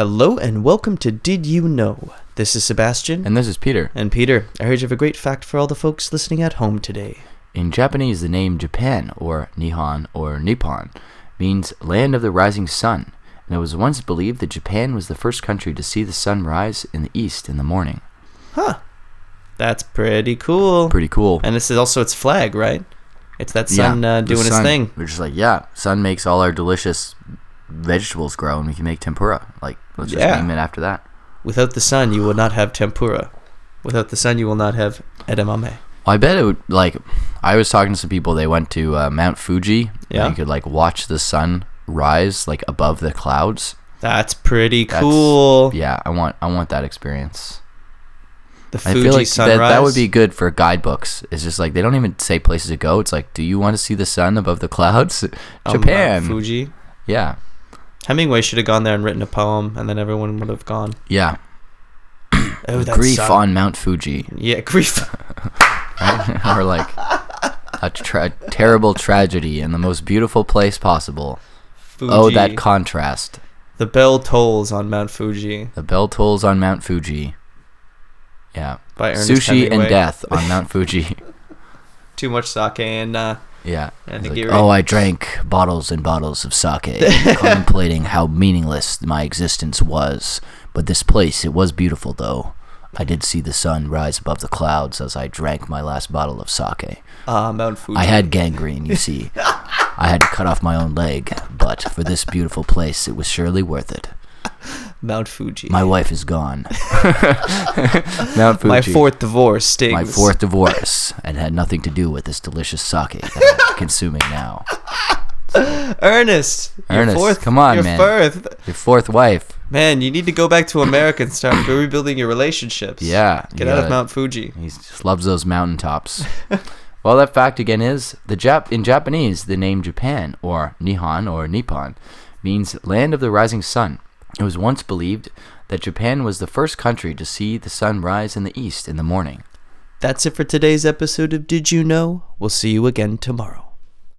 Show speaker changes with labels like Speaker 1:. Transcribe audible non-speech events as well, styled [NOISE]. Speaker 1: Hello and welcome to Did You Know? This is Sebastian.
Speaker 2: And this is Peter.
Speaker 1: And Peter, I heard you have a great fact for all the folks listening at home today.
Speaker 2: In Japanese, the name Japan, or Nihon, or Nippon, means land of the rising sun, and it was once believed that Japan was the first country to see the sun rise in the east in the morning.
Speaker 1: Huh. That's pretty cool.
Speaker 2: Pretty cool.
Speaker 1: And this is also its flag, right? It's that sun uh,
Speaker 2: the
Speaker 1: doing its
Speaker 2: sun-
Speaker 1: thing.
Speaker 2: We're just like, yeah, sun makes all our delicious vegetables grow, and we can make tempura. Like, let's just
Speaker 1: Yeah.
Speaker 2: name it after that.
Speaker 1: Without the sun, you will not have tempura. Without the sun, you will not have edamame.
Speaker 2: I bet it would like. I was talking to some people. They went to uh, Mount Fuji.
Speaker 1: Yeah.
Speaker 2: And you could like watch the sun rise like above the clouds.
Speaker 1: That's pretty
Speaker 2: That's-
Speaker 1: cool.
Speaker 2: Yeah, I want I want that experience.
Speaker 1: The
Speaker 2: I
Speaker 1: Fuji
Speaker 2: feel like that,
Speaker 1: sunrise.
Speaker 2: that would be good for guidebooks. It's just like they don't even say places to go. It's like, do you want to see the sun above
Speaker 1: [LAUGHS]
Speaker 2: the clouds?
Speaker 1: on Mount
Speaker 2: Japan.
Speaker 1: Oh, Fuji.
Speaker 2: Yeah,
Speaker 1: Hemingway should have gone there and written a poem, and then everyone would have gone.
Speaker 2: yeah.
Speaker 1: Oh, that
Speaker 2: Grief
Speaker 1: sun.
Speaker 2: on Mount Fuji,
Speaker 1: Yeah, [LAUGHS] grief.
Speaker 2: [LAUGHS] or like a tra- terrible tragedy in the most beautiful place possible.
Speaker 1: Fuji.
Speaker 2: Oh, that contrast.
Speaker 1: The bell tolls on Mount Fuji
Speaker 2: The bell tolls on Mount Fuji. Yeah.
Speaker 1: by Ernest
Speaker 2: Sushi
Speaker 1: Hemingway.
Speaker 2: and death
Speaker 1: [LAUGHS]
Speaker 2: on Mount Fuji. [LAUGHS]
Speaker 1: Too much sake and uh,
Speaker 2: yeah.
Speaker 1: and
Speaker 2: It's like,
Speaker 1: nigiri.
Speaker 2: oh, I drank bottles and bottles of
Speaker 1: [LAUGHS]
Speaker 2: sake, contemplating how meaningless my existence was. But this place, it was beautiful, though. I did see the sun rise above the clouds as I drank my last bottle of sake.
Speaker 1: Ah, Mount Fuji.
Speaker 2: I had gangrene, you
Speaker 1: [LAUGHS]
Speaker 2: see. I had to cut off my own leg, but for this beautiful place, it was surely worth it.
Speaker 1: Mount Fuji.
Speaker 2: My wife is gone.
Speaker 1: [LAUGHS]
Speaker 2: Mount
Speaker 1: My fourth divorce stings.
Speaker 2: my fourth divorce and had nothing to do with this delicious sake that I'm consuming now.
Speaker 1: Ernest. your
Speaker 2: Ernest,
Speaker 1: fourth,
Speaker 2: come on,
Speaker 1: your
Speaker 2: man.
Speaker 1: Fourth.
Speaker 2: Your fourth wife.
Speaker 1: Man, you need to go back to America and start rebuilding your relationships.
Speaker 2: Yeah. you
Speaker 1: Get out of
Speaker 2: gotta-
Speaker 1: Mount Fuji.
Speaker 2: He just loves those mountaintops. [LAUGHS] well, that fact again is the Jap in Japanese, the name Japan or Nihon or Nippon means land of the rising sun. It was once believed that Japan was the first country to see the sun rise in the east in the morning.
Speaker 1: That's it for today's episode of Did You Know? We'll see you again tomorrow.